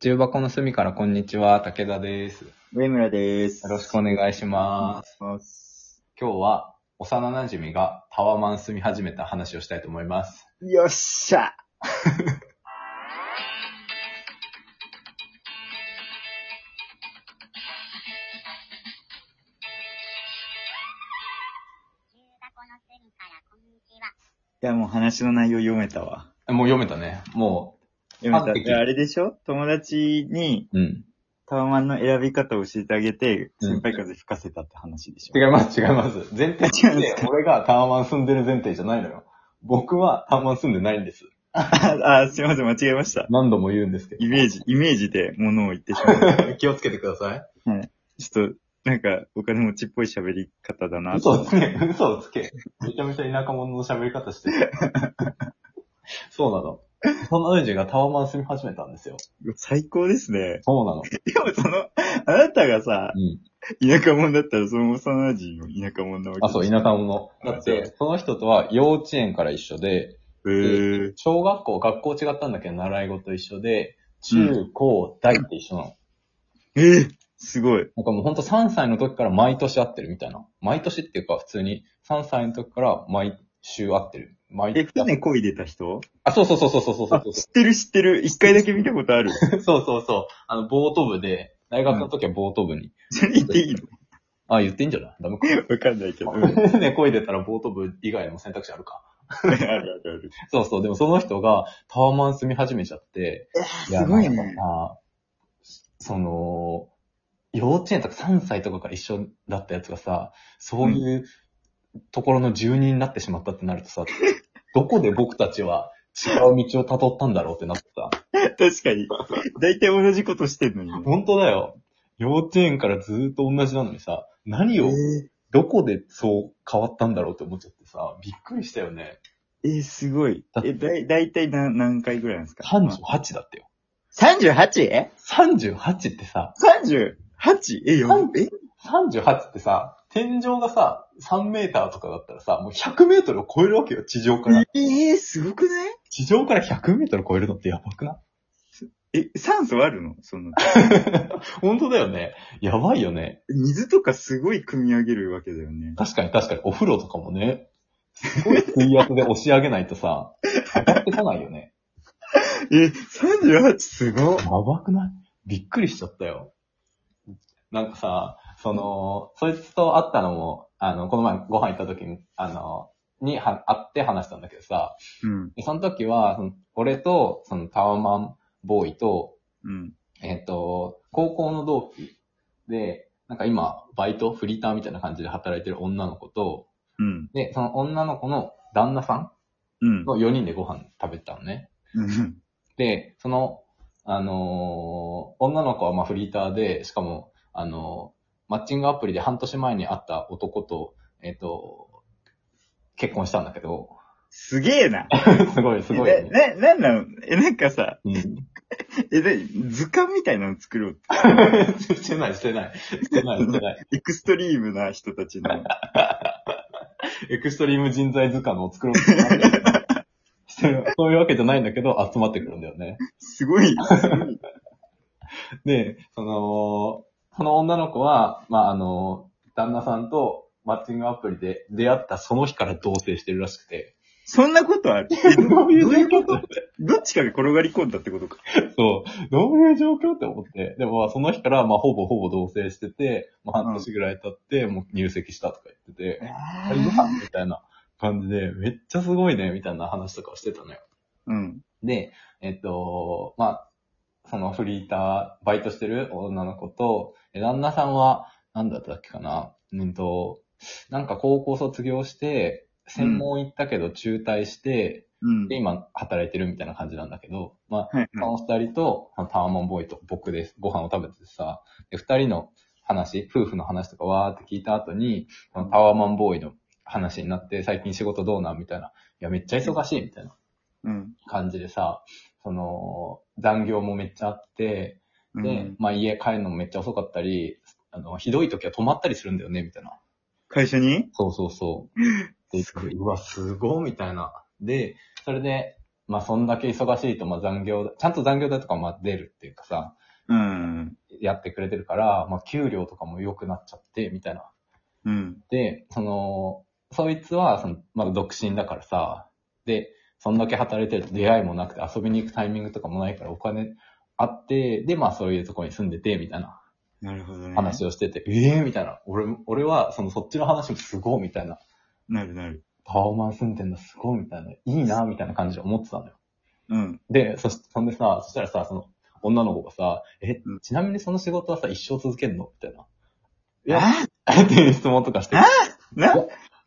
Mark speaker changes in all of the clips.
Speaker 1: 重箱の隅からこんにちは、武田です。よ
Speaker 2: 上村です。
Speaker 1: ろしくお願いします。
Speaker 2: お願いします。
Speaker 1: 今日は、幼馴染がタワマン住み始めた話をしたいと思います。
Speaker 2: よっしゃいや、もう話の内容読めたわ。
Speaker 1: えもう読めたね。も
Speaker 2: 読め
Speaker 1: 完
Speaker 2: た。
Speaker 1: 璧
Speaker 2: いやあれでしょ友達に
Speaker 1: う、うん。
Speaker 2: タワマンの選び方を教えてあげて、
Speaker 1: うん
Speaker 2: 先輩風吹かせたって話でしょ、
Speaker 1: 違います、違います。前提と
Speaker 2: 違うんで
Speaker 1: し
Speaker 2: す
Speaker 1: て、俺がタワマン住んでる前提じゃないのよ。僕はタワマン住んでないんです。
Speaker 2: ああ、すいません、間違えました。
Speaker 1: 何度も言うんですけ
Speaker 2: イメージ、イメージで物を言ってしまう。
Speaker 1: ど。気をつけてください。
Speaker 2: ちょっと、なんか、お金持ちっぽい喋り方だな
Speaker 1: 嘘をつけ、嘘をつけ。めちゃめちゃ田舎者の喋り方してる。 そうなの。幼馴染がタワマン住み始めたんですよ。
Speaker 2: 最高ですね。
Speaker 1: そうなの。
Speaker 2: でもその、あなたがさ、
Speaker 1: うん。
Speaker 2: 田舎者だったらその幼馴染も田舎者なわけ
Speaker 1: あ、そう、田舎者。だって、その人とは幼稚園から一緒で、
Speaker 2: へー。
Speaker 1: 小学校、学校違ったんだけど、習い事一緒で、中高大って一緒なの。
Speaker 2: えー、すごい。
Speaker 1: なんかもうほんと3歳の時から毎年会ってるみたいな。毎年っていうか、普通に3歳の時から毎週会ってる。毎
Speaker 2: え、船漕いでた人
Speaker 1: あ、そうそうそうそうそうそう そう
Speaker 2: あ、知ってる知ってる。一回だけ見たこと ある。
Speaker 1: そうそうそう。あの、ボート部で、大学の時はボート部に。
Speaker 2: それ言っていいの
Speaker 1: あ、言っていいんじゃないダメか。
Speaker 2: わかんない けど。うんある
Speaker 1: 船漕いでたらボート部以外の選択肢あるか。
Speaker 2: あるある。
Speaker 1: そうそう。でもその人がタワマン住み始めちゃって。
Speaker 2: すごいね。
Speaker 1: あその、幼稚園とか3歳とかから一緒だったやつがさ、そういううところの住人になってしまったってなるとさ、 どこで僕たちは違う道を辿ったんだろうってなってさ。
Speaker 2: 確かに。大体同じことしてんのにね。
Speaker 1: 本当だよ。幼稚園からずーっと同じなのにさ、何を、
Speaker 2: え
Speaker 1: どこでそう変わったんだろうって思っちゃってさ、びっくりしたよね。
Speaker 2: ー、えーすごい
Speaker 1: だっ。て
Speaker 2: え、だい、だいたい何、何回ぐらいなんですか
Speaker 1: 38だってよ。
Speaker 2: 38?38?
Speaker 1: 38ってさ、
Speaker 2: え、やば
Speaker 1: 三
Speaker 2: え
Speaker 1: 38ってさ、天井がさ、3メーターとかだったらさ、もう100メートルを超えるわけよ、地上から。
Speaker 2: えー、すごくない
Speaker 1: 地上から100メートル超えるのってやばくない
Speaker 2: え、酸素あるのその、
Speaker 1: 本当だよね。やばいよね。
Speaker 2: 水とかすごい組み上げるわけだよね。
Speaker 1: 確かに確かに、お風呂とかもね、すごい水圧で押し上げないとさ、上がってこないよね。
Speaker 2: え、38すごっ
Speaker 1: やばくないびっくりしちゃったよ。なんかさ、その、そいつと会ったのも、あの、この前ご飯行った時に、あの、には会って話したんだけどさ、
Speaker 2: うん。
Speaker 1: で、その時は、その俺と、そのタワマンボーイと、
Speaker 2: うん。
Speaker 1: えっ、と、高校の同期で、なんか今、バイト、フリーターみたいな感じで働いてる女の子と、
Speaker 2: うん。
Speaker 1: で、その女の子の旦那さ
Speaker 2: うん
Speaker 1: ん。の4人でご飯食べたのね。
Speaker 2: うん。
Speaker 1: で、その、あのー女の子はまあフリーターで、しかも、あのーマッチングアプリで半年前に会った男と、えっ、と、結婚したんだけど、
Speaker 2: すげえな。
Speaker 1: すごい、すごいよね、
Speaker 2: な、な、なんなのえ、なんかさ、
Speaker 1: うん
Speaker 2: え、な、図鑑みたいなの作ろうっ て。
Speaker 1: してない、してない。してない、してない。
Speaker 2: エクストリームな人た ちの。
Speaker 1: エクストリーム人材図鑑を作ろうとしてないんだけどしてそういうわけじゃないんだけど、集まってくるんだよね。
Speaker 2: すごい、すごい。
Speaker 1: で、その、その女の子は、まあ、あの、旦那さんとマッチングアプリで出会ったその日から同棲してるらしくて。
Speaker 2: そんなことあるえど
Speaker 1: どういう状況
Speaker 2: どういうどっちかが転がり込んだってことか。
Speaker 1: そう。どういう状況って思って。でも、まあその日から、まあ、ほぼほぼ同棲してて、まあ、半年ぐらい経って、もう入籍したとか言ってて、あれご飯みたいな感じで、めっちゃすごいね、みたいな話とかをしてたのよ。
Speaker 2: うん。
Speaker 1: で、えっと、まあ、そのフリーター、バイトしてる女の子と、え旦那さんは、なんだったっけかな、うんと、なんか高校卒業して、専門行ったけど中退して、
Speaker 2: うん。
Speaker 1: で、今働いてるみたいな感じなんだけど、まあ、
Speaker 2: はい
Speaker 1: そ
Speaker 2: は
Speaker 1: の二人と、そのタワマンボーイと僕です。ご飯を食べててさ、で、二人の話、夫婦の話とかわーって聞いた後に、そのタワマンボーイの話になって、最近仕事どうなんみたいな。いや、めっちゃ忙しいみたいな。
Speaker 2: い。うん。
Speaker 1: 感じでさ、その、残業もめっちゃあって、
Speaker 2: う
Speaker 1: で、
Speaker 2: ん。
Speaker 1: まあ家帰るのもめっちゃ遅かったり、あの、ひどい時は泊まったりするんだよね、みたいな。
Speaker 2: 会社に
Speaker 1: そうそうそう。で、
Speaker 2: すごいう
Speaker 1: わ、すごい、みたいな。で、それで、まあそんだけ忙しいと、まあ残業だ、ちゃんと残業代とかもまあ出るっていうかさ、
Speaker 2: うん。
Speaker 1: やってくれてるから、まあ給料とかも良くなっちゃって、みたいな。
Speaker 2: うん。
Speaker 1: で、その、そいつは、その、まだ独身だからさ、で、そんだけ働いてると出会いもなくて遊びに行くタイミングとかもないからお金あって、で、まあそういうとこに住んでて、みたいな
Speaker 2: なるほどね。
Speaker 1: 話をしてて、ええみたいな。俺も、俺は、その、そっちの話もすごい、みたいな。
Speaker 2: なるなる。
Speaker 1: タワマン住んでんだ、すごい、みたいな。いいな、みたいな感じで思ってたのよ。
Speaker 2: うん。
Speaker 1: で、そし、そんでさ、そしたらさ、その、女の子がさ、え
Speaker 2: うん、
Speaker 1: ちなみにその仕事はさ、一生続けるのみたいな。いや、
Speaker 2: あ
Speaker 1: っていう質問とかして。
Speaker 2: な、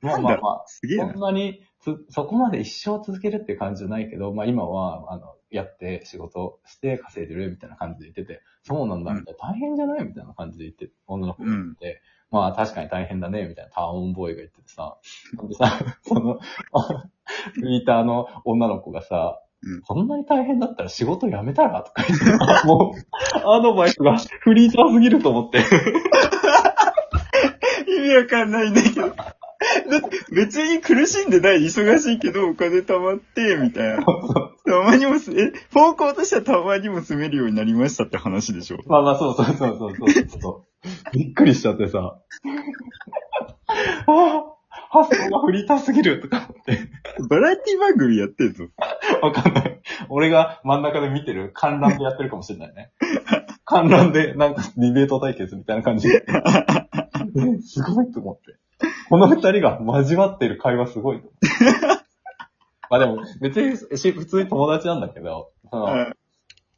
Speaker 1: まあ
Speaker 2: なん
Speaker 1: まあ
Speaker 2: だ
Speaker 1: まあ、
Speaker 2: すげえ
Speaker 1: そんな
Speaker 2: な。
Speaker 1: につ、そこまで一生続けるって感じじゃないけど、まあ今は、あの、やって仕事して稼いでるみたいな感じで言ってて、そうなんだ、
Speaker 2: うん
Speaker 1: みたいな、大変じゃないみたいな感じで言って、女の子が
Speaker 2: う
Speaker 1: 言っ
Speaker 2: ん。
Speaker 1: てて、まあ確かに大変だね、みたいなターンボーイが言っててさ、ほんでさ、 その、あフリーターの女の子がさ、
Speaker 2: うん
Speaker 1: こんなに大変だったら仕事辞めたらとか言ってさ、もう、アドバイスがフリーターすぎると思って。
Speaker 2: 意味わかんないんだけど。だって別に苦しんでない。忙しいけどお金貯まって、みたいな。たまにもす、え、方向としてはたまにも住めるようになりましたって話でしょ。
Speaker 1: まあまあ、そうそうそうそうそうそうそう。びっくりしちゃってさ。 ああ、発想がフリーターすぎるとかって。
Speaker 2: バラエティ番組やってんぞ。
Speaker 1: わかんない。俺が真ん中で見てる観覧でやってるかもしれないね。観覧でなんかディベート対決みたいな感じで。えすごいと思って。この二人が交わってる会話すごいと思って。まあでも、別にし、普通に友達なんだけど、その
Speaker 2: うん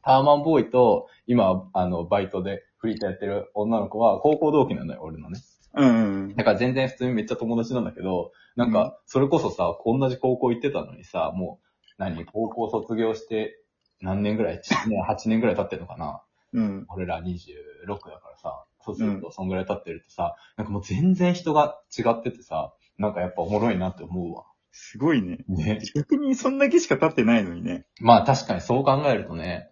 Speaker 1: ターマンボーイと、今、あの、バイトでフリーターやってる女の子は高校同期なんだよ、俺のね。
Speaker 2: うん。
Speaker 1: だから全然普通にめっちゃ友達なんだけど、なん
Speaker 2: うん
Speaker 1: か、それこそさ、同じ高校行ってたのにさ、もう、何、高校卒業して、何年ぐらい ?7 年、8年ぐらい経ってるのかな
Speaker 2: うん。
Speaker 1: 俺ら26だからさ、そうするとそんぐらい経ってるとさ、なんかもう全然人が違っててさ、なんかやっぱおもろいなって思うわ。
Speaker 2: すごいね。
Speaker 1: ね。
Speaker 2: 逆にそんだけしか経ってないのにね。
Speaker 1: まあ確かにそう考えるとね、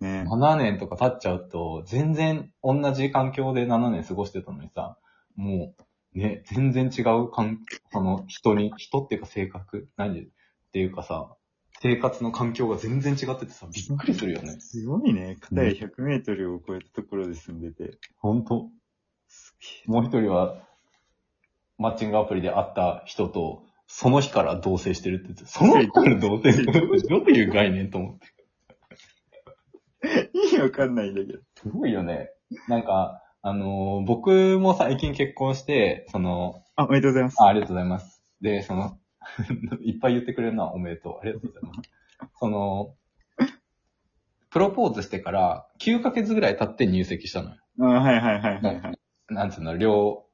Speaker 2: ね
Speaker 1: 7年とか経っちゃうと、全然同じ環境で7年過ごしてたのにさ、もう、ね、全然違う環、その人に、人っていうか性格、何っていうかさ、生活の環境が全然違っててさ、びっくりするよね。
Speaker 2: すごいね。片や100メートルを超えたところで住んでて。
Speaker 1: ほんと。
Speaker 2: す
Speaker 1: もう一人は、マッチングアプリで会った人と、その日から同棲してるって言って、その日から同棲してるってどういう概念と思って
Speaker 2: げえ意味わかんないんだけど。
Speaker 1: すごいよね。なんか、あのー僕も最近結婚して、その、
Speaker 2: あ、おめでとうございます。
Speaker 1: あありがとうございます。で、その、 いっぱい言ってくれるのはおめでとう。ありがとうございます。その、プロポーズしてから9ヶ月ぐらい経って入籍したのよ。
Speaker 2: あ、はいはいはいはいはい。
Speaker 1: なんつうの、両、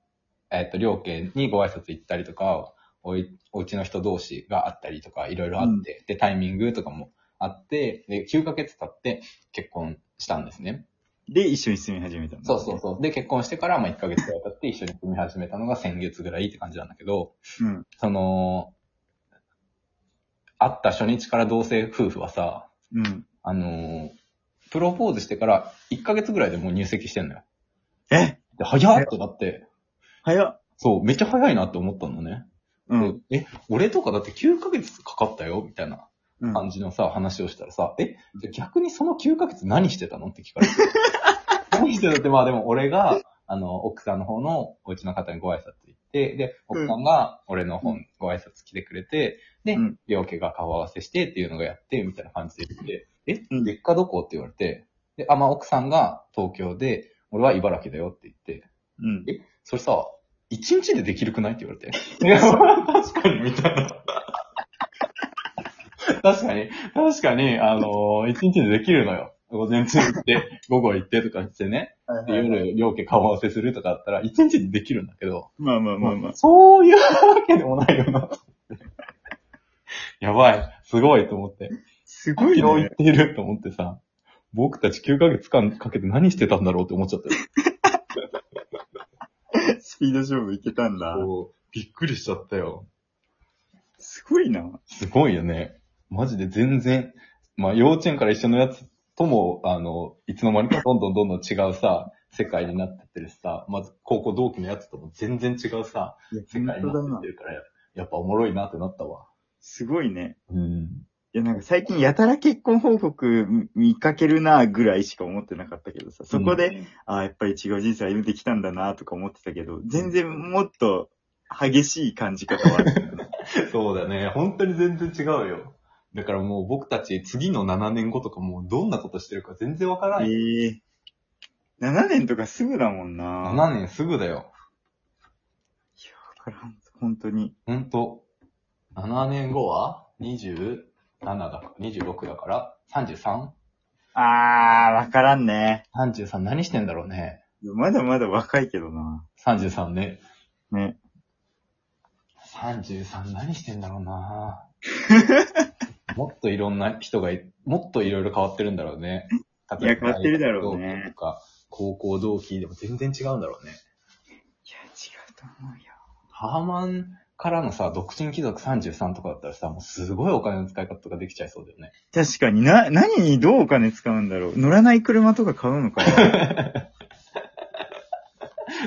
Speaker 1: えっと、両家にご挨拶行ったりとか、おい、お家の人同士があったりとか、いろいろあって、で、タイミングとかもあって、で、9ヶ月経って結婚したんですね。
Speaker 2: で、一緒に住み始めたの。
Speaker 1: そうそうそう。で、結婚してから、まあ、1ヶ月ぐらい経って一緒に組み始めたのが先月ぐらいって感じなんだけど、
Speaker 2: う。うん。
Speaker 1: その、会った初日から同棲夫婦はさ、
Speaker 2: うん。
Speaker 1: あのープロポーズしてから1ヶ月ぐらいでもう入籍してんのよ。
Speaker 2: え
Speaker 1: で、早っとなって、
Speaker 2: 早っ。
Speaker 1: そう、めっちゃ早いなって思ったんだね。
Speaker 2: うん。
Speaker 1: でえ、俺とかだって9ヶ月かかったよみたいな
Speaker 2: うん。
Speaker 1: 感じのさ、話をしたらさ、え、じゃあ逆にその9ヶ月何してたのって聞 かれて。何してたって、まあでも俺が、あの、奥さんの方のお家の方にご挨拶行って、で、奥さんが俺の方にご挨拶来てくれて、で、
Speaker 2: うん
Speaker 1: 両家が顔合わせしてっていうのがやって、みたいな感じで言って、え、
Speaker 2: うん
Speaker 1: 実家どこって言われて、で、あ、まあ奥さんが東京で、俺は茨城だよって言って、
Speaker 2: うん。
Speaker 1: それさ、一日でできるくないって言われて。 いや、確かに、みたいな。 確かに、確かに、あのー一日でできるのよ。午前中行って、 午後行ってとかしてね。で
Speaker 2: はいはい
Speaker 1: 夜、両家顔合わせするとかだったら、一日でできるんだけど、
Speaker 2: まあまあまあまあ。
Speaker 1: そういうわけでもないよな。 やばい、すごいと思って。
Speaker 2: すごい
Speaker 1: 広い
Speaker 2: ね
Speaker 1: っ。ていると思ってさ、僕たち9ヶ月間かけて何してたんだろうって思っちゃったよ。
Speaker 2: スピード勝負いけたんだ。
Speaker 1: こうびっくりしちゃったよ。
Speaker 2: すごいな。
Speaker 1: すごいよね。マジで全然、まあ幼稚園から一緒のやつとも、あの、いつの間にかどんどんどんどん違うさ、世界になってってるしさ、まず高校同期のやつとも全然違うさ、
Speaker 2: いや
Speaker 1: 世界になってってるから、やっぱおもろいなってなったわ。
Speaker 2: すごいね。
Speaker 1: うん。
Speaker 2: いや、なんか最近やたら結婚報告見見かけるなぐらいしか思ってなかったけどさ、そこで、ああ、やっぱり違う人生歩んできたんだなとか思ってたけど、全然もっと激しい感じ方はあ る。
Speaker 1: そうだね。本当に全然違うよ。だからもう僕たち次の7年後とかもうどんなことしてるか全然わからない。
Speaker 2: ええ7年とかすぐだもんな。
Speaker 1: 7年すぐだよ。
Speaker 2: だから本当に。
Speaker 1: ほんと。7年後は27だから、26だから、33?33
Speaker 2: あー、わからんね。
Speaker 1: 33何してんだろうね。
Speaker 2: まだまだ若いけどな。
Speaker 1: 33ね。
Speaker 2: ね。
Speaker 1: 33何してんだろうな もっといろんな人がい、もっといろいろ変わってるんだろうね。
Speaker 2: いや変わってるだろうね
Speaker 1: 大学同期とか、高校同期でも全然違うんだろうね。
Speaker 2: いや、違うと思うよ。
Speaker 1: ハーマンからのさ、独身貴族33とかだったらさ、もうすごいお金の使い方とかできちゃいそうだよね。
Speaker 2: 確かにな、何にどうお金使うんだろう。乗らない車とか買うのかな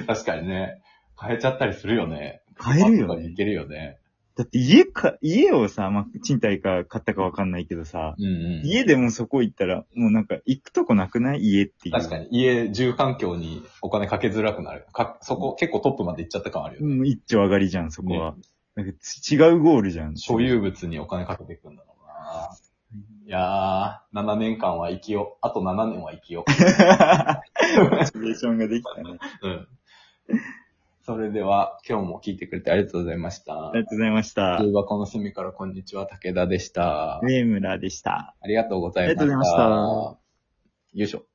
Speaker 1: 確かにね。変えちゃったりするよね。
Speaker 2: 買えるよ
Speaker 1: ね。
Speaker 2: ね
Speaker 1: い。けるよね。
Speaker 2: だって家か、家をさ、まあ、賃貸か買ったかわかんないけどさ、
Speaker 1: うんうん。
Speaker 2: 家でもそこ行ったら、もうなんか行くとこなくない家っていう。
Speaker 1: 確かに、家、住環境にお金かけづらくなる。かそこ、結構トップまで行っちゃった感あるよね。
Speaker 2: うん、一丁上がりじゃん、そこは。なんか違うゴールじゃん。
Speaker 1: 所 有物にお金かけていくんだろうな。いやー、7年間は生きよう。あと7年は生きよ
Speaker 2: モチベーションができたね。
Speaker 1: う。うん。それでは、今日も聞いてくれてありがとうございました
Speaker 2: あ。りがとうございました。
Speaker 1: 中箱の隅からこんにちは、武田でした。
Speaker 2: 上村でした。
Speaker 1: ありがとうございました。。
Speaker 2: ありがとうございました
Speaker 1: よいしょ。